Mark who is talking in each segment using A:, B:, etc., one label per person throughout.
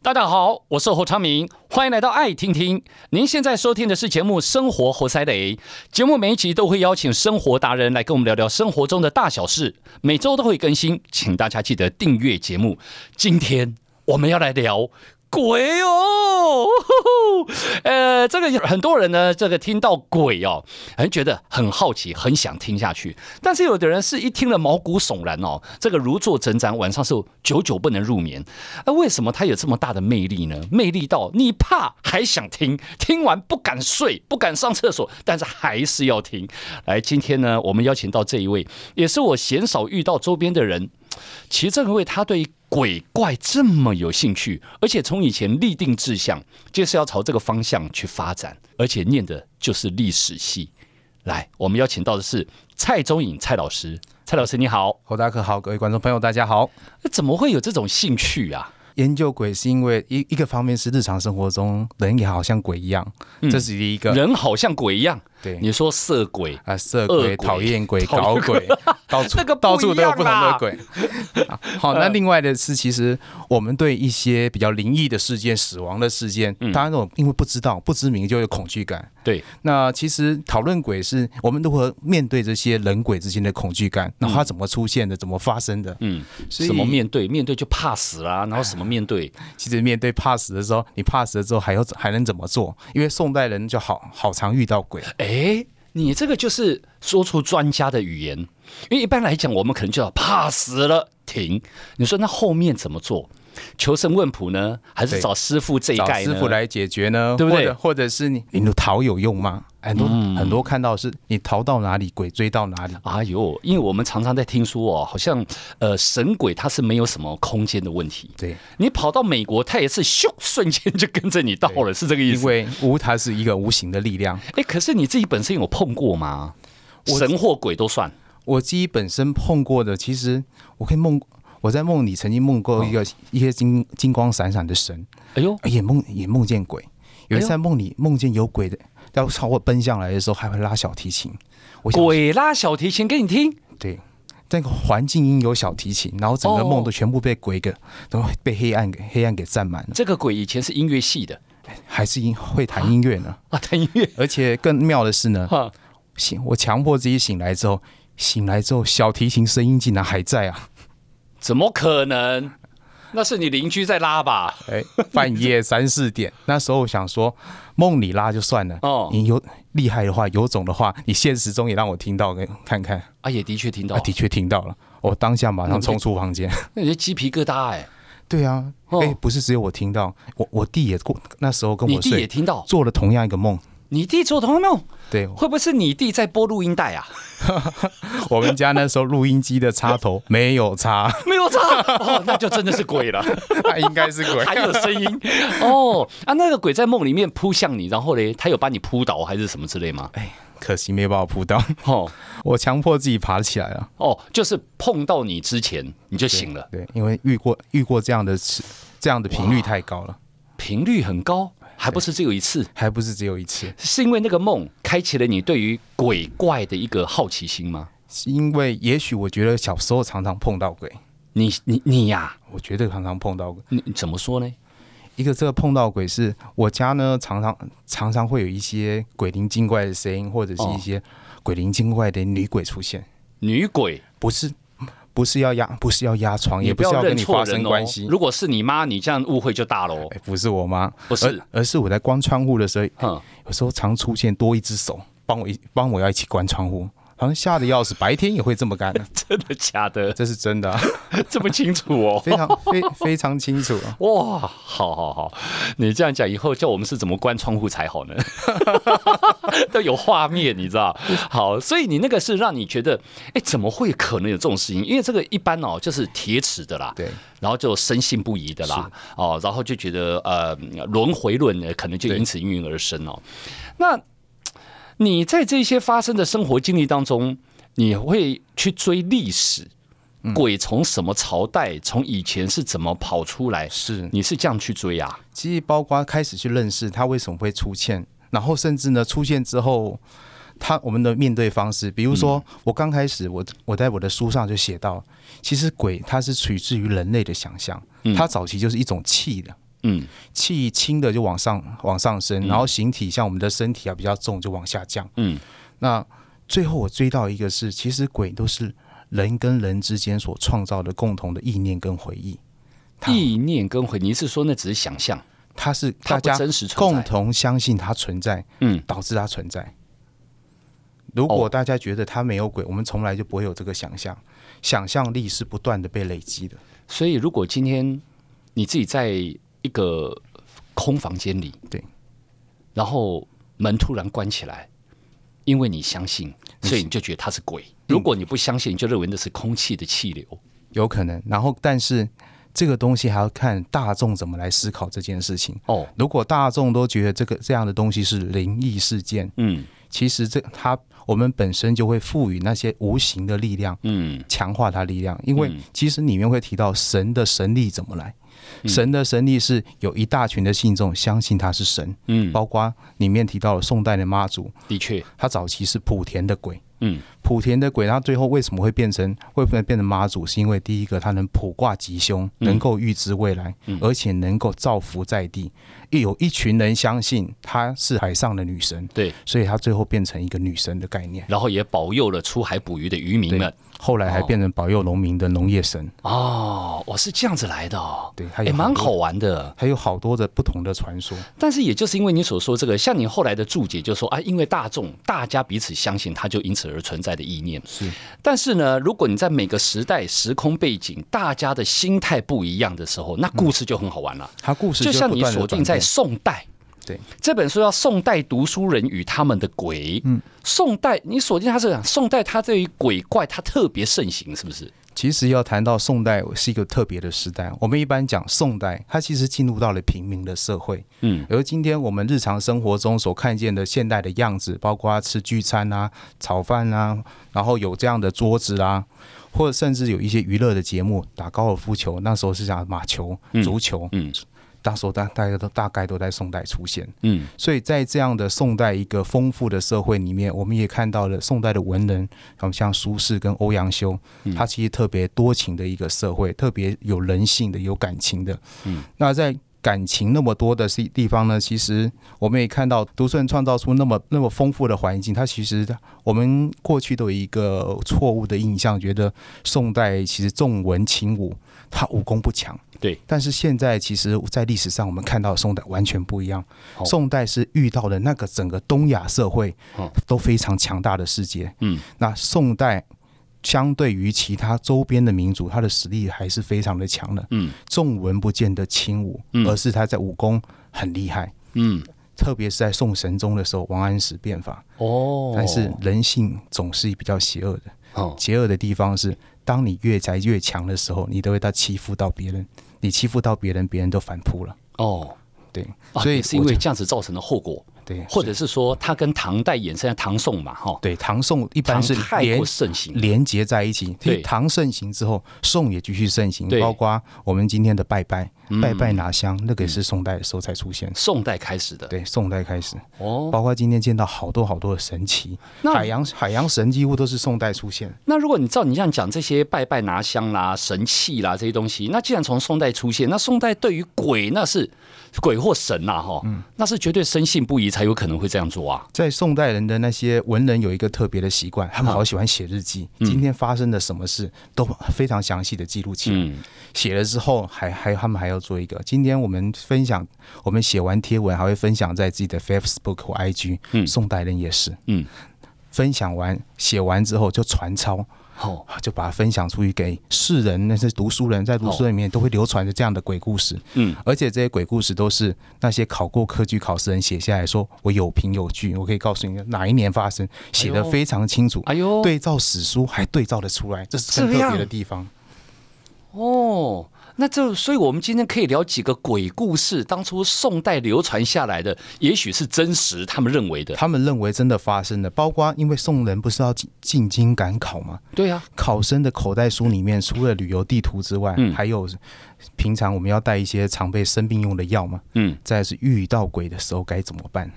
A: 大家好，我是侯昌明，欢迎来到爱听听。您现在收听的是节目《生活活塞雷》，节目每一集都会邀请生活达人来跟我们聊聊生活中的大小事，每周都会更新，请大家记得订阅节目。今天我们要来聊。鬼哦， 呼呼呃，这个很多人呢，这个听到鬼哦，很觉得很好奇，很想听下去。但是有的人是一听了毛骨悚然哦，这个如坐针毡，晚上是久久不能入眠。那为什么它有这么大的魅力呢？魅力到你怕还想听，听完不敢睡，不敢上厕所，但是还是要听。来，今天呢，我们邀请到这一位，也是我鲜少遇到周边的人。其实正因为他对鬼怪这么有兴趣，而且从以前立定志向就是要朝这个方向去发展，而且念的就是历史系。来，我们邀请到的是蔡宗颖蔡老师，蔡老师你好，
B: 侯大哥好，各位观众朋友大家好。
A: 怎么会有这种兴趣啊？
B: 研究鬼是因为一一个方面是日常生活中人也好像鬼一样，这是一个
A: 嗯人好像鬼一样，
B: 对
A: 你说色鬼，
B: 啊色
A: 恶鬼
B: 鬼、讨厌鬼、
A: 讨
B: 搞
A: 厌
B: 鬼， 到处
A: 那个不
B: 到处都有不
A: 一
B: 同
A: 样啦啊
B: 的鬼。 啊好，那另外的是，其实我们对一些比较灵异的事件、死亡的事件，
A: 嗯
B: 当然我们因为不知道、不知名就有恐惧感。
A: 对，
B: 那其实讨论鬼是我们如何面对这些人鬼之间的恐惧感，那它怎么出现的，怎么发生的？
A: 嗯，
B: 所以
A: 什么面对？面对就怕死啦、然后什么面对？
B: 其实面对怕死的时候，你怕死了之后还要还能怎么做？因为宋代人就好好常遇到鬼，
A: 哎，你这个就是说出专家的语言，因为一般来讲，我们可能就要怕死了，停。你说那后面怎么做？求神问卜呢，还是
B: 对
A: 找师傅这一
B: 找
A: 概呢？
B: 师傅来解决呢，
A: 对不对嗯
B: 或者或者是你你逃有用吗？很多、很多看到是你逃到哪里，鬼追到哪里。
A: 哎呦，因为我们常常在听说哦，好像呃神鬼它是没有什么空间的问题，
B: 对，
A: 你跑到美国，它也是咻瞬间就跟着你到了，是这个意
B: 因
A: 思？
B: 为无它是一个无形的力量。
A: 哎，可是你自己本身有碰过吗？
B: 我
A: 神或鬼都算，
B: 我自己本身碰过的，其实我可以梦，我在梦里曾经梦过一
A: 哦
B: 个、一些金金光闪闪的神，
A: 哎呦，
B: 也梦也梦见鬼。有一次
A: 哎
B: 在梦里梦见有鬼的，要朝我奔向来的时候，还会拉小提琴。我想
A: 鬼拉小提琴给你听，
B: 对，那个环境音有小提琴，然后整个梦都全部被鬼给，都被黑暗给黑暗给占满了，
A: 这个鬼以前是音乐系的
B: 还是音会弹音乐呢？
A: 啊，弹音乐
B: 而且更妙的是呢，
A: 哈。
B: 醒我强迫自己醒来之后，醒来之后小提琴声音竟然还在啊！
A: 怎么可能？那是你邻居在拉吧？
B: 哎，半夜三四点，那时候我想说梦里拉就算了，
A: 哦
B: 你有厉害的话，有种的话，你现实中也让我听到，给看看，
A: 啊，也的确听到
B: 啊，，的确听到了，我当下马上冲出房间。
A: 那你就鸡皮疙瘩哎、
B: 对啊，
A: 哦
B: 哎，不是只有我听到，我我弟也过那时候跟
A: 你
B: 我
A: 弟
B: 睡
A: 也，听到，
B: 做了同样一个梦。
A: 你弟做同样梦，
B: 对
A: 会不会是你弟在播录音带啊？
B: 我们家那时候录音机的插头没有插，
A: 没有差哦，那就真的是鬼了，
B: 那应该是 鬼。
A: 还有声音哦啊！那个鬼在梦里面扑向你，然后嘞，他有把你扑倒还是什么之类吗？
B: 哎，可惜没把我扑到，
A: 哦
B: 我强迫自己爬起来了。
A: 哦，就是碰到你之前你就醒了，
B: 对，因为遇过遇过这样的事，这样的频率太高了，
A: 频率很高，还不是只有一次。
B: 还不是只有一次，
A: 是因为那个梦开启了你对于鬼怪的一个好奇心吗？
B: 是因为也许我觉得小时候常常碰到鬼，
A: 你你你呀、
B: 我觉得常常碰到鬼。
A: 你你怎么说呢？
B: 一个这个碰到鬼是我家呢，常常常常会有一些鬼灵精怪的声音，或者是
A: 哦
B: 一些鬼灵精怪的女鬼出现，
A: 女鬼，
B: 不是。不是要压，不是要压床，也
A: 你
B: 不
A: 不
B: 是
A: 要
B: 跟
A: 认
B: 你
A: 错
B: 发
A: 人
B: 生
A: 哦
B: 关系。。
A: 如果是你妈，你这样误会就大了哦。
B: 哎，不是我妈，
A: 不 是嗯
B: 而，而是我在关窗户的时候，
A: 哼，
B: 有时候常出现多一只手帮我一帮我要一起关窗户，好像吓得要死。白天也会这么干，
A: 真的假的？
B: 这是真的啊、
A: 这么清楚 哦？
B: 非常非非常清楚啊。
A: 哇，好好好，你这样讲以后叫我们是怎么关窗户才好呢？ 都有画面，你知道？好，所以你那个是让你觉得，哎，怎么会可能有这种事情？因为这个一般哦，就是铁齿的啦，
B: 对，
A: 然后就深信不疑的啦，哦，然后就觉得呃，轮回论呃呢，可能就因此应运而生哦。那你在这些发生的生活经历当中，你会去追历史？
B: 嗯
A: 鬼从什么朝代？从以前是怎么跑出来？
B: 是，
A: 你是这样去追啊？
B: 其实包括开始去认识它为什么会出现，然后甚至呢出现之后，它我们的面对方式，比如说、
A: 嗯
B: 我刚开始我我在我的书上就写到，其实鬼它是取自于人类的想象，它早期就是一种气的。
A: 嗯，
B: 气轻的就往上往上升，然后形体像我们的身体啊比较重就往下降。
A: 嗯，
B: 那最后我追到一个是，其实鬼都是人跟人之间所创造的共同的意念跟回忆，它
A: 意念跟回，你是说那只是想象，
B: 它是
A: 它
B: 大
A: 不
B: 家
A: 真实存
B: 共
A: 在？
B: 同相信它存在，
A: 嗯，
B: 导致它存在。如
A: 哦
B: 果大家觉得它没有鬼，我们从来就不会有这个想象，想象力是不断的被累积的。
A: 所以如果今天你自己在一个空房间里，
B: 对，
A: 然后门突然关起来，因为你相信，嗯所以你就觉得它是鬼。如果你不相信，你就认为那是空气的气流。
B: 有可能。然后，但是这个东西还要看大众怎么来思考这件事情。
A: 哦，
B: 如果大众都觉得这个这样的东西是灵异事件，
A: 嗯
B: 其实这它我们本身就会赋予那些无形的力量，
A: 嗯，
B: 强化它力量。因为其实里面会提到神的神力怎么来，神的神力是有一大群的信众相信他是神，
A: 嗯，
B: 包括里面提到了宋代的妈祖，
A: 的确，
B: 他早期是莆田的鬼，
A: 嗯，
B: 莆田的鬼，他最后为什么会变成会不会变成妈祖？是因为第一个，他能卜卦吉凶，能够预知未来，而且能够造福在地。一有一群人相信她是海上的女神，
A: 对，
B: 所以她最后变成一个女神的概念。
A: 然后也保佑了出海捕鱼的渔民们。
B: 后来还变成保佑农民的农业神。
A: 哦，我是这样子来的哦，
B: 对，还
A: 也
B: 有
A: 蛮
B: 多
A: 好，玩的。
B: 还有好多的不同的传说。
A: 但是也就是因为你所说这个，像你后来的注解就说啊，因为大众大家彼此相信，它就因此而存在的意念。
B: 是，
A: 但是呢，如果你在每个时代、时空背景，大家的心态不一样的时候，那故事就很好玩了。
B: 他故事
A: 就像
B: 嗯不
A: 你
B: 断地
A: 锁定在
B: 转变
A: 宋代，
B: 对
A: 这本书叫《宋代读书人与他们的鬼》。嗯，宋代你锁定它是讲宋代，它对于鬼怪它特别盛行，是不是？
B: 其实要谈到宋代是一个特别的时代。我们一般讲宋代，它其实进入到了平民的社会。
A: 嗯，
B: 而今天我们日常生活中所看见的现代的样子，包括吃聚餐啊、炒饭啊，然后有这样的桌子啊，或者甚至有一些娱乐的节目，打高尔夫球，那时候是讲马球、足球，
A: 嗯
B: 那时候大大家都大概都在宋代出现。
A: 嗯，
B: 所以在这样的宋代一个丰富的社会里面，我们也看到了宋代的文人，好像苏轼跟欧阳修，
A: 嗯
B: 他其实特别多情的一个社会，特别有人性的、有感情的。嗯，那在感情那么多的地地方呢，其实我们也看到独顺创造出那么那么丰富的环境。它其实我们过去都有一个错误的印象，觉得宋代其实重文轻武，他武功不强。
A: 对，
B: 但是现在其实，在历史上我们看到的宋代完全不一样。
A: 哦
B: 宋代是遇到了那个整个东亚社会
A: 哦
B: 都非常强大的世界。
A: 嗯，
B: 那宋代相对于其他周边的民族，他的实力还是非常的强的。
A: 嗯，
B: 重文不见得轻武，
A: 嗯
B: 而是他在武功很厉害。
A: 嗯，
B: 特别是在宋神宗的时候，王安石变法，
A: 哦，
B: 但是人性总是比较邪恶的。
A: 哦，
B: 邪恶的地方是，当你越宅越强的时候，你都会到欺负到别人，你欺负到别人，别人都反扑了。
A: 哦，
B: 对，
A: 啊
B: 所以
A: 也是因
B: 我
A: 为
B: 就
A: 这样子造成的后果，
B: 对，
A: 或者是说它跟唐代衍生的唐宋嘛，哈，
B: 对唐宋一
A: 唐
B: 般是
A: 太
B: 连
A: 过盛行，
B: 连结在一起。
A: 对
B: 所以唐盛行之后，宋也继续盛行
A: 对，嗯
B: 包括我们今天的拜拜、拜拜拿香，那个也是宋代的时候才出现。
A: 宋代开始的，
B: 对，宋代开始，
A: 哦，
B: 包括今天见到好多好多的神奇，
A: 那
B: 海洋海洋神几乎都是宋代出现。
A: 那如果你照你这样讲，这些拜拜拿香啦、神器啦这些东西，那既然从宋代出现，那宋代对于鬼那是鬼或神呐、哈、那是绝对深信不疑才有可能会这样做啊。
B: 在宋代人的那些文人有一个特别的习惯，他
A: 啊
B: 们好喜欢写日记，
A: 嗯
B: 今天发生了什么事都非常详细的记录起来。
A: 嗯
B: 写了之后还还他们还要做一个。今天我们分享，我们写完贴文还会分享在自己的 Facebook 或 IG、
A: 嗯
B: 宋代人也是
A: 嗯，
B: 分享完写完之后就传抄，
A: 好、哦，
B: 就把它分享出去给世人，那些读书人在读书人里面都会流传着这样的鬼故事。
A: 嗯，
B: 而且这些鬼故事都是那些考过科举考试人写下来说，我有凭有据，我可以告诉你哪一年发生，写的非常清楚。
A: 哎呦，
B: 对照史书还对照得出来，这是很
A: 这
B: 特
A: 样
B: 别的地方。
A: 哦，那这，所以我们今天可以聊几个鬼故事，当初宋代流传下来的，也许是真实，他们认为的。
B: 他们认为真的发生了，包括因为宋人不是要进进京赶考吗？
A: 对啊，
B: 考生的口袋书里面除了旅游地图之外，
A: 嗯
B: 还有平常我们要带一些常备生病用的药嘛。
A: 嗯，
B: 再来是遇到鬼的时候该怎么 办？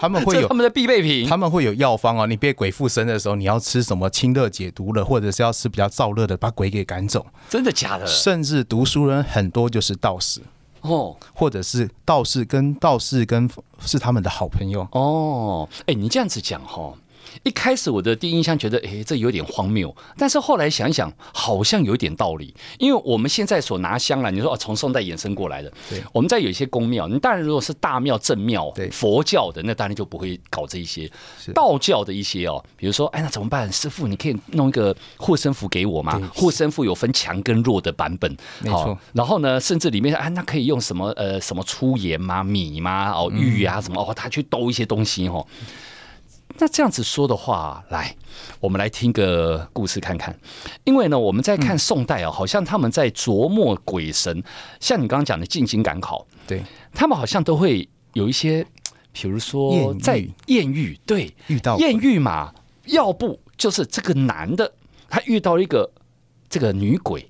B: 他们会
A: 这是
B: 有
A: 他们的必备品。
B: 他们会有药方哦，你被鬼附身的时候，你要吃什么清热解毒的，或者是要吃比较燥热的，把鬼给赶走。
A: 呃真的假的？
B: 甚至读书人很多就是道士，
A: 哦
B: 或者是道士跟道士跟是他们的好朋友。
A: 哦，哎、你这样子讲哈、哦，一开始我的第一印象觉得，哎、这有点荒谬，但是后来想一想，好像有点道理，因为我们现在所拿香啦，你说哦，从宋代衍生过来的，
B: 对，
A: 我们在有一些宫庙，你当然如果是大庙、正庙、
B: 对
A: 佛教的，那当然就不会搞这一些
B: 是，
A: 道教的一些哦，比如说，哎，那怎么办？师傅，你可以弄一个护身符给我吗
B: 对？
A: 护身符有分强跟弱的版本，
B: 没错
A: 好。然后呢，甚至里面啊，那可以用什么呃什么粗盐吗、米吗、哦
B: 嗯
A: 玉啊什么哦，他去兜一些东西哦。那这样子说的话，来，我们来听个故事看看。因为呢，我们在
B: 嗯
A: 看宋代哦，好像他们在琢磨鬼神，像你刚刚讲的进京赶考，
B: 对，
A: 他们好像都会有一些，比如说
B: 艳遇
A: 在艳遇，对，
B: 遇到
A: 艳遇嘛，要不就是这个男的他遇到一个这个女鬼，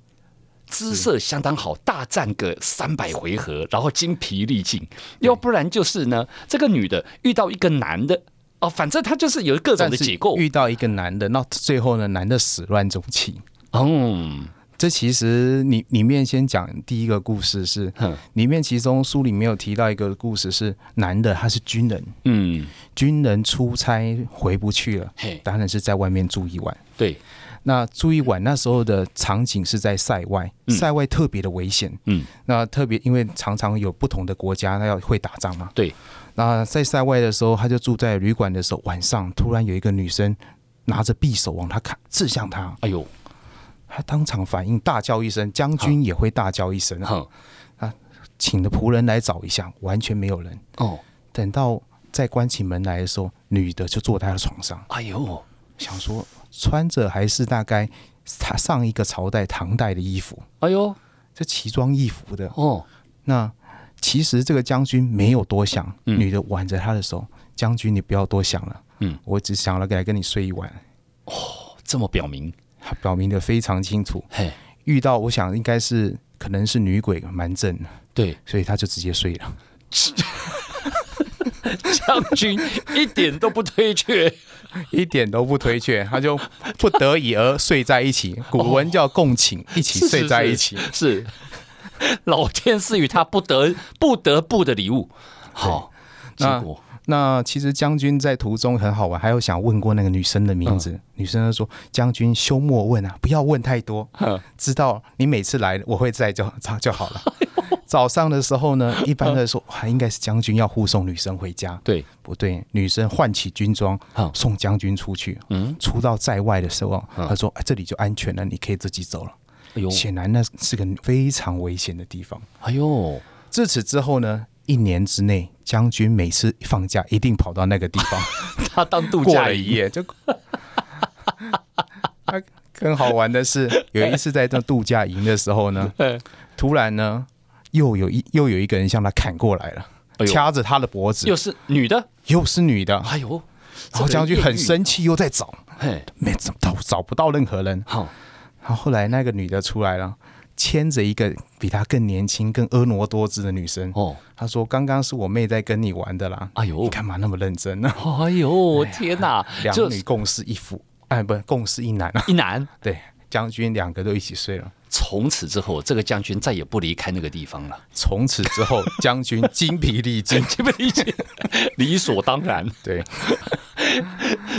A: 姿色相当好，大战个三百回合，然后精疲力尽；要不然就是呢，这个女的遇到一个男的，哦，反正他就是有各种
B: 但
A: 的
B: 是
A: 解构。
B: 遇到一个男的，那最后呢，男的始乱终弃。
A: 嗯，
B: 这其实你里面先讲第一个故事是
A: 哼，
B: 里面其中书里面有提到一个故事是男的他是军人，
A: 嗯，
B: 军人出差回不去了，
A: 嘿，
B: 当然是在外面住一晚。
A: 对，
B: 那住一晚那时候的场景是在塞外，
A: 嗯
B: 塞外特别的危险。
A: 嗯，
B: 那特别因为常常有不同的国家，他要会打仗嘛。
A: 对。
B: 那在塞外的时候，他就住在旅馆的时候，晚上突然有一个女生拿着匕首往他砍，刺向他，
A: 哎呦，
B: 他当场反应，大叫一声，将军也会大叫一声，
A: 哼，
B: 请的仆人来找一下，完全没有人。
A: 哦，
B: 等到再关起门来的时候，女的就坐在他的床上，
A: 哎呦，
B: 想说穿着还是大概他上一个朝代唐代的衣服，
A: 哎呦，
B: 这奇装异服的，
A: 哦，
B: 那其实这个将军没有多想，
A: 嗯
B: 女的挽着他的手，将军你不要多想了，
A: 嗯，
B: 我只想了来跟你睡一晚。
A: 这么表明，
B: 他表明的非常清楚，
A: 嘿，
B: 遇到我想应该是可能是女鬼蛮正的，
A: 对，
B: 所以他就直接睡了。
A: 将 军一点都不推却。
B: 一点都不推却，他就不得已而睡在一起。古文叫共寝，一起睡在一起。
A: 是 老天赐予他不得不得不的礼物。好，结
B: 那
A: 果
B: 那其实将军在途中很好玩，还有想问过那个女生的名
A: 嗯
B: 字，女生就说：“将军休莫问啊，不要问太 多，
A: 哼
B: 知道你每次来我会在就 就 就好了。早上的时候呢，一般的说还应该是将军要护送女生回家，
A: 嗯对，
B: 不对，女生换起军装
A: 好
B: 送将军出去。
A: 嗯，
B: 出到在外的时候，
A: 嗯
B: 他说、哎这里就安全了，你可以自己走了。
A: 哎呦，
B: 显然那是个非常危险的地方。
A: 哎呦，
B: 自此之后呢，一年之内，将军每次放假一定跑到那个地 方
A: 他当度
B: 过
A: 假
B: 了一
A: 营，
B: 夜，就。 啊更好玩的是，有一次在这度假营的时候 呢，
A: 哎
B: 突然呢，又有一又有一个人向他砍过来了，
A: 哎呦
B: 掐着他的脖子，
A: 又
B: 又
A: 是女的，
B: 是女的，
A: 哎呦，
B: 啊然后将军很
A: 深，
B: 生气，又在找，
A: 嘿，
B: 没找到找不到任何人，
A: 好，
B: 然后后来那个女的出来了，牵着一个比她更年轻、更婀娜多姿的女生。
A: 哦，
B: 她说：“刚刚是我妹在跟你玩的啦，
A: 哎
B: 你
A: 呦，
B: 干嘛那么认真呢，
A: 哎呦，天哪？”
B: 两
A: 就
B: 女
A: 是
B: 共侍一夫，哎，不，共侍一男 啊。
A: 一男，
B: 对，将军两个都一起睡了。
A: 从此之后，这个将军再也不离开那个地方了，
B: 从此之后，将军精疲力尽。
A: 理不理解？理所当 然。
B: 对，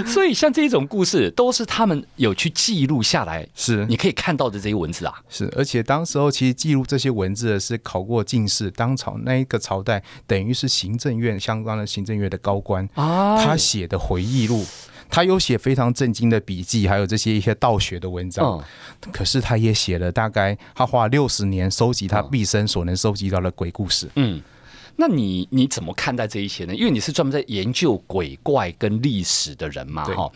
A: 所以像这种故事，都是他们有去记录下来，
B: 是
A: 你可以看到的这些文字啊。
B: 是，而且当时候其实记录这些文字的是考过进士，当朝那一个朝代等于是行政院相关的行政院的高官，
A: 啊
B: 他写的回忆录，他有写非常震惊的笔记，还有这些一些道学的文章。
A: 嗯
B: 可是他也写了大概，他花六十年收集他毕生所能收集到的鬼故事。
A: 嗯，那你你怎么看待这一些呢？因为你是专门在研究鬼怪跟历史的人嘛，
B: 对
A: 哈，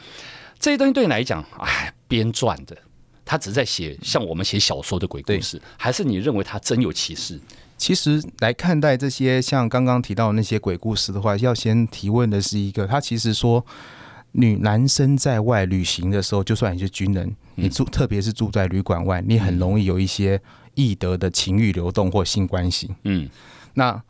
A: 这些东西对你来讲，哎，编撰的，他只是在写像我们写小说的鬼故事，还是你认为他真有其事？
B: 其实来看待这些像刚刚提到的那些鬼故事的话，要先提问的是一个，他其实说。女男生在外旅行的时候，就算你是军人，
A: 嗯
B: 你住特别是住在旅馆外，你很容易有一些易得的情欲流动或性关系。
A: 嗯，
B: 那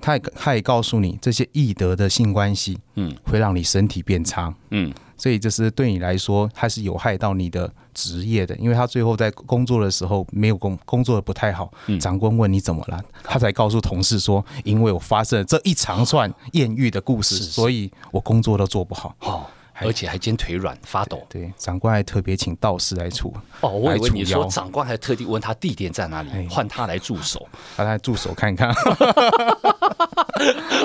B: 他也他也告诉你，这些易得的性关系，
A: 嗯，
B: 会让你身体变差，
A: 嗯，
B: 所以这是对你来说，它是有害到你的职业的，因为他最后在工作的时候没有工工作的不太好，长官问你怎么了，他才告诉同事说，因为我发生了这一长串艳遇的故事，所以我工作都做不好。
A: 哦，而且还肩腿软发抖。
B: 对，长官还特别请道士来处，
A: 哦，我以为你
B: 来
A: 说
B: 除妖哎
A: 长官还特地问他地点在哪里，换他来驻守。
B: 让他驻守看看。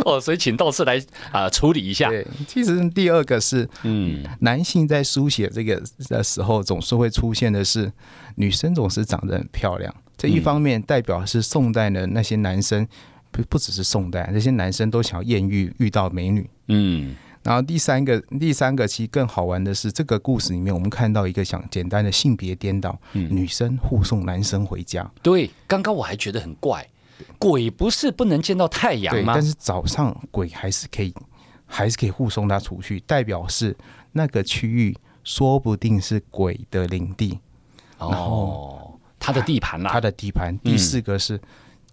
A: 哦，所以请道士来啊、处理一下。
B: 对，其实第二个是
A: 嗯，
B: 男性在书写这个的时候，总是会出现的是，女生总是长得很漂亮。这一方面代表是宋代的那些男生，不不只是宋代，那些男生都想要艳遇遇到美女。
A: 嗯
B: 然后第三个，第三个其实更好玩的是，这个故事里面我们看到一个想简单的性别颠倒，女生护送男生回家，
A: 对，刚刚我还觉得很怪，鬼不是不能见到太阳
B: 对，
A: 吗
B: 但？是早上鬼还是可以，还是可以护送他出去，代表是那个区域说不定是鬼的领地，
A: 哦，他的地盘
B: 他
A: 啦。
B: 的地盘。第四个是、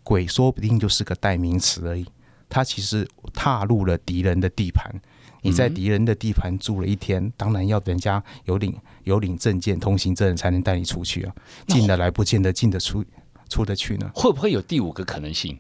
B: 鬼，说不定就是个代名词而已，他其实踏入了敌人的地盘。你在敌人的地盘住了一天，当然要人家有领有领证件、通行证才能带你出去啊，进得来不见得进得出出得去呢。
A: 会不会有第五个可能性？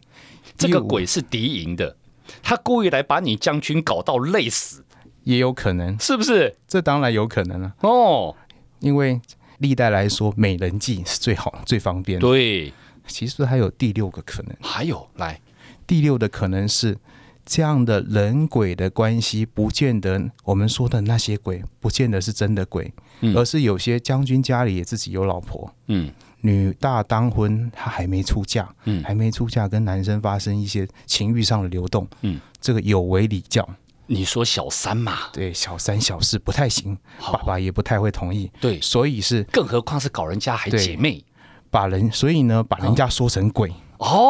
A: 这
B: 第五
A: 个鬼是敌营的，他故意来把你将军搞到累死，
B: 也有可能，
A: 是不是？
B: 这当然有可能了、啊
A: 哦，
B: 因为历代来说，美人计是最好、最方便的。
A: 对，
B: 其实还有第六个可能，
A: 还有来，
B: 第六的可能是这样的人鬼的关系，不见得我们说的那些鬼，不见得是真的鬼，
A: 嗯
B: 而是有些将军家里也自己有老婆，
A: 嗯
B: 女大当婚，她还没出嫁，
A: 嗯
B: 还没出嫁，跟男生发生一些情欲上的流动，
A: 嗯，
B: 这个有违礼教，
A: 你说小三嘛，
B: 对小三小四不太行，
A: 好
B: 爸爸也不太会同意，
A: 对，
B: 所以是
A: 更何况是搞人家还
B: 对
A: 姐妹
B: 把人，所以呢，把人家说成鬼，
A: 哦。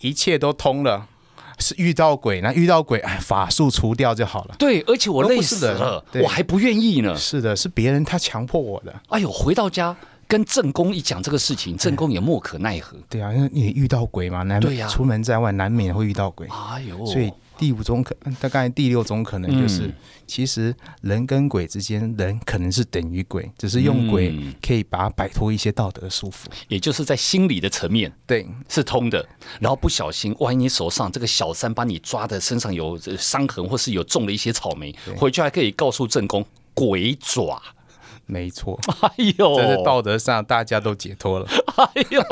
B: 一切都通了。是遇到鬼，那遇到鬼，哎，法术除掉就好了。
A: 对，而且我
B: 都不
A: 累
B: 是
A: 死
B: 人
A: 了，
B: 对
A: 我还不愿意呢。
B: 是的，是别人他强迫我的。
A: 哎呦，回到家跟正宫一讲这个事情，正宫也莫可奈何。
B: 对啊，因啊为你遇到鬼嘛，难
A: 对呀
B: 出门在外难免会遇到鬼，
A: 哎呦，
B: 所以第五种可，大概第六种可能就是，其实人跟鬼之间，人可能是等于鬼，只是用鬼
A: 嗯
B: 可以把它摆脱一些道德束缚。
A: 也就是在心理的层面
B: 对，
A: 是通的，然后不小心，万一你手上这个小三把你抓的身上有呃伤痕，或是有种了一些草莓，回去还可以告诉正宫鬼爪。
B: 没错，
A: 哎呦，
B: 这是道德上大家都解脱了。
A: 哎呦，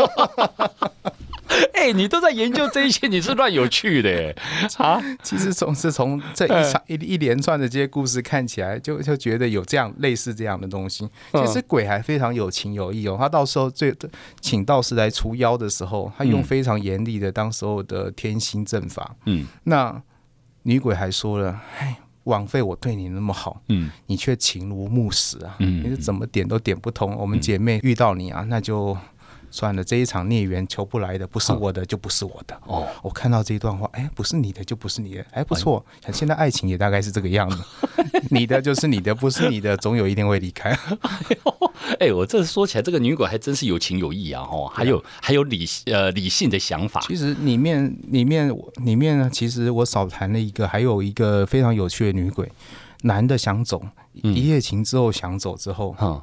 A: 哎、你都在研究这一些，你是乱有趣的 耶啊！
B: 其实从是从这一
A: 嗯
B: 场一一连串的这些故事看起来，就就觉得有这样类似这样的东西。
A: 嗯
B: 其实鬼还非常有情有义哦，他到时候最请道士来除妖的时候，他用非常严厉的当时候的天心阵法。
A: 嗯
B: 那女鬼还说了：“哎，枉费我对你那么好，
A: 嗯，
B: 你却情如木石啊！
A: 嗯
B: 你是怎么点都点不通。我们姐妹遇到你啊，那就算了，这一场孽缘求不来的，不是我的就不是我的。
A: 哦，
B: 我看到这一段话，哎，不是你的就不是你的，哎，不错，像现在爱情也大概是这 个样子，你的就是你的，不是你的，总有一天会离 开。
A: 哎、我这说起来，这个女鬼还真是有情有义啊！哦，还有、还有理呃理性的想法。
B: 其实里面里面里面呢，其实我少谈了一个，还有一个非常有趣的女鬼，男的想走，一夜情之后想走之后，
A: 嗯，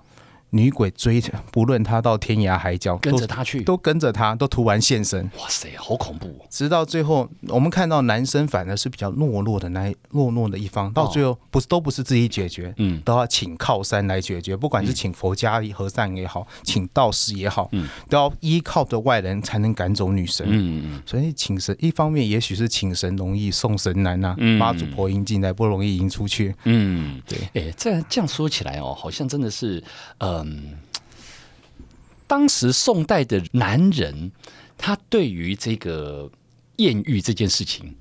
B: 女鬼追着，不论他到天涯海角，
A: 跟
B: 都
A: 着他去，
B: 都跟着他，都突然现身。
A: 哇塞，好恐怖哦、
B: 直到最后，我们看到男生反而是比较懦弱的那一懦弱的一方，到最后不是都不是自己解决，
A: 哦嗯，
B: 都要请靠山来解决，不管是请佛家和尚也
A: 嗯
B: 好，请道士也好，都要依靠着外人才能赶走女神。
A: 嗯
B: 所以请神一方面也许是请神容易送神难呐、
A: 嗯
B: 妈祖婆迎进来不容易迎出去。
A: 嗯，
B: 对
A: 哎、这这样说起来哦，好像真的是，嗯，当时宋代的男人，他对于这个艳遇这件事情，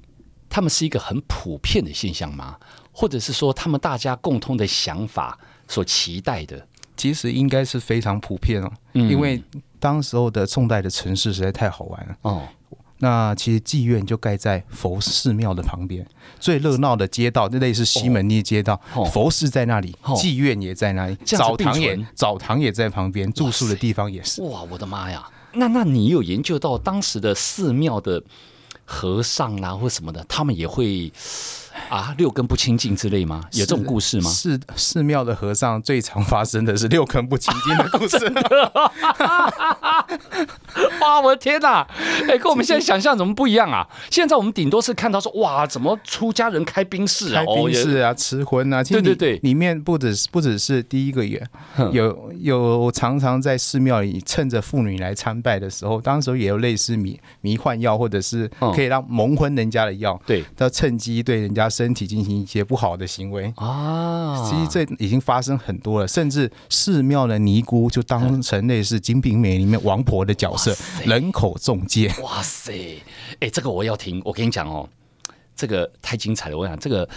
A: 他们是一个很普遍的现象吗？或者是说，他们大家共通的想法所期待的？
B: 其实应该是非常普遍哦，
A: 嗯
B: 因为当时候的宋代的城市实在太好玩了。
A: 哦，
B: 那其实妓院就盖在佛寺庙的旁边，最热闹的街道，那类似西门町街道，
A: 哦
B: 佛寺在那里，
A: 哦
B: 妓院也在那里，
A: 这样子
B: 澡堂
A: 并
B: 也
A: 存
B: 澡堂也在旁边，住宿的地方也是。
A: 哇，我的妈呀！那那你有研究到当时的寺庙的和尚啦、或什么的，他们也会啊六根不清净之类吗？有这种故事吗？
B: 寺寺庙的和尚最常发生的是六根不清净的故
A: 哦
B: 事。
A: 哇，我的天哪！ 哎、跟我们现在想象怎么不一样啊？现在我们顶多是看到说哇，怎么出家人开宾室啊？
B: 开
A: 哦
B: 宾
A: 也
B: 室啊、吃荤啊，其实
A: 对
B: 里
A: 对对
B: 里面不只是不只是第一个也
A: 哼
B: 有有常常在寺庙里趁着妇女来参拜的时候，当时候也有类似迷迷幻药或者是
A: 嗯
B: 可以让蒙昏人家的药，
A: 对
B: 要趁机对人家身体进行一些不好的行为。
A: 啊，
B: 其实这已经发生很多了，甚至寺庙的尼姑就当成类似《金瓶梅》里面王婆的角
A: 嗯
B: 色
A: 哇，塞
B: 人口中介。
A: 哇塞，哎、这个我要听。我跟你讲哦，这个太精彩了。我想这个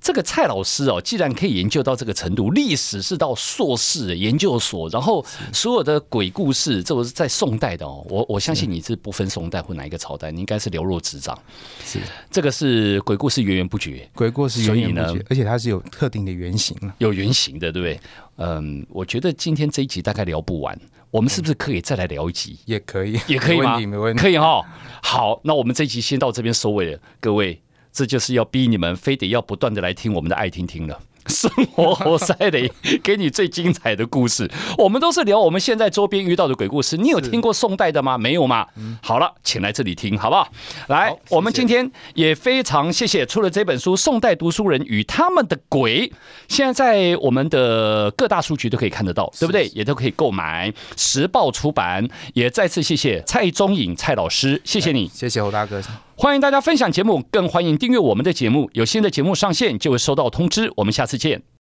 A: 这个蔡老师哦，既然可以研究到这个程度，历史是到硕士研究所，然后所有的鬼故事，这都是在宋代的哦。我我相信你是不分宋代或哪一个朝代，你应该是了若指掌。
B: 是
A: 这个是鬼故事源源不绝。
B: 鬼故事源源
A: 所
B: 不
A: 以呢
B: 绝，而且它是有特定的原型了。
A: 有原型的，对不对？嗯，我觉得今天这一集大概聊不完，我们是不是可以再来聊一集？
B: 也可以，
A: 也可以
B: 没
A: 吗？
B: 问题，没问题。
A: 可以哈。好，那我们这一集先到这边收尾了，各位，这就是要逼你们非得要不断的来听我们的爱听听了。生活活塞 里给你最精彩的故事，我们都是聊我们现在周边遇到的鬼故事。你有听过宋代的吗？没有嘛？好了，请来这里听，好不好？来
B: 嗯好，谢谢
A: 我们今天也非常谢谢出了这本书《宋代读书人与他们的鬼》，现在在我们的各大书局都可以看得到，对不对？也都可以购买。时报出版也再次谢谢蔡宗颖蔡老师，谢谢你。
B: 谢谢侯大哥，
A: 欢迎大家分享节目，更欢迎订阅我们的节目。有新的节目上线就会收到通知。我们下次见。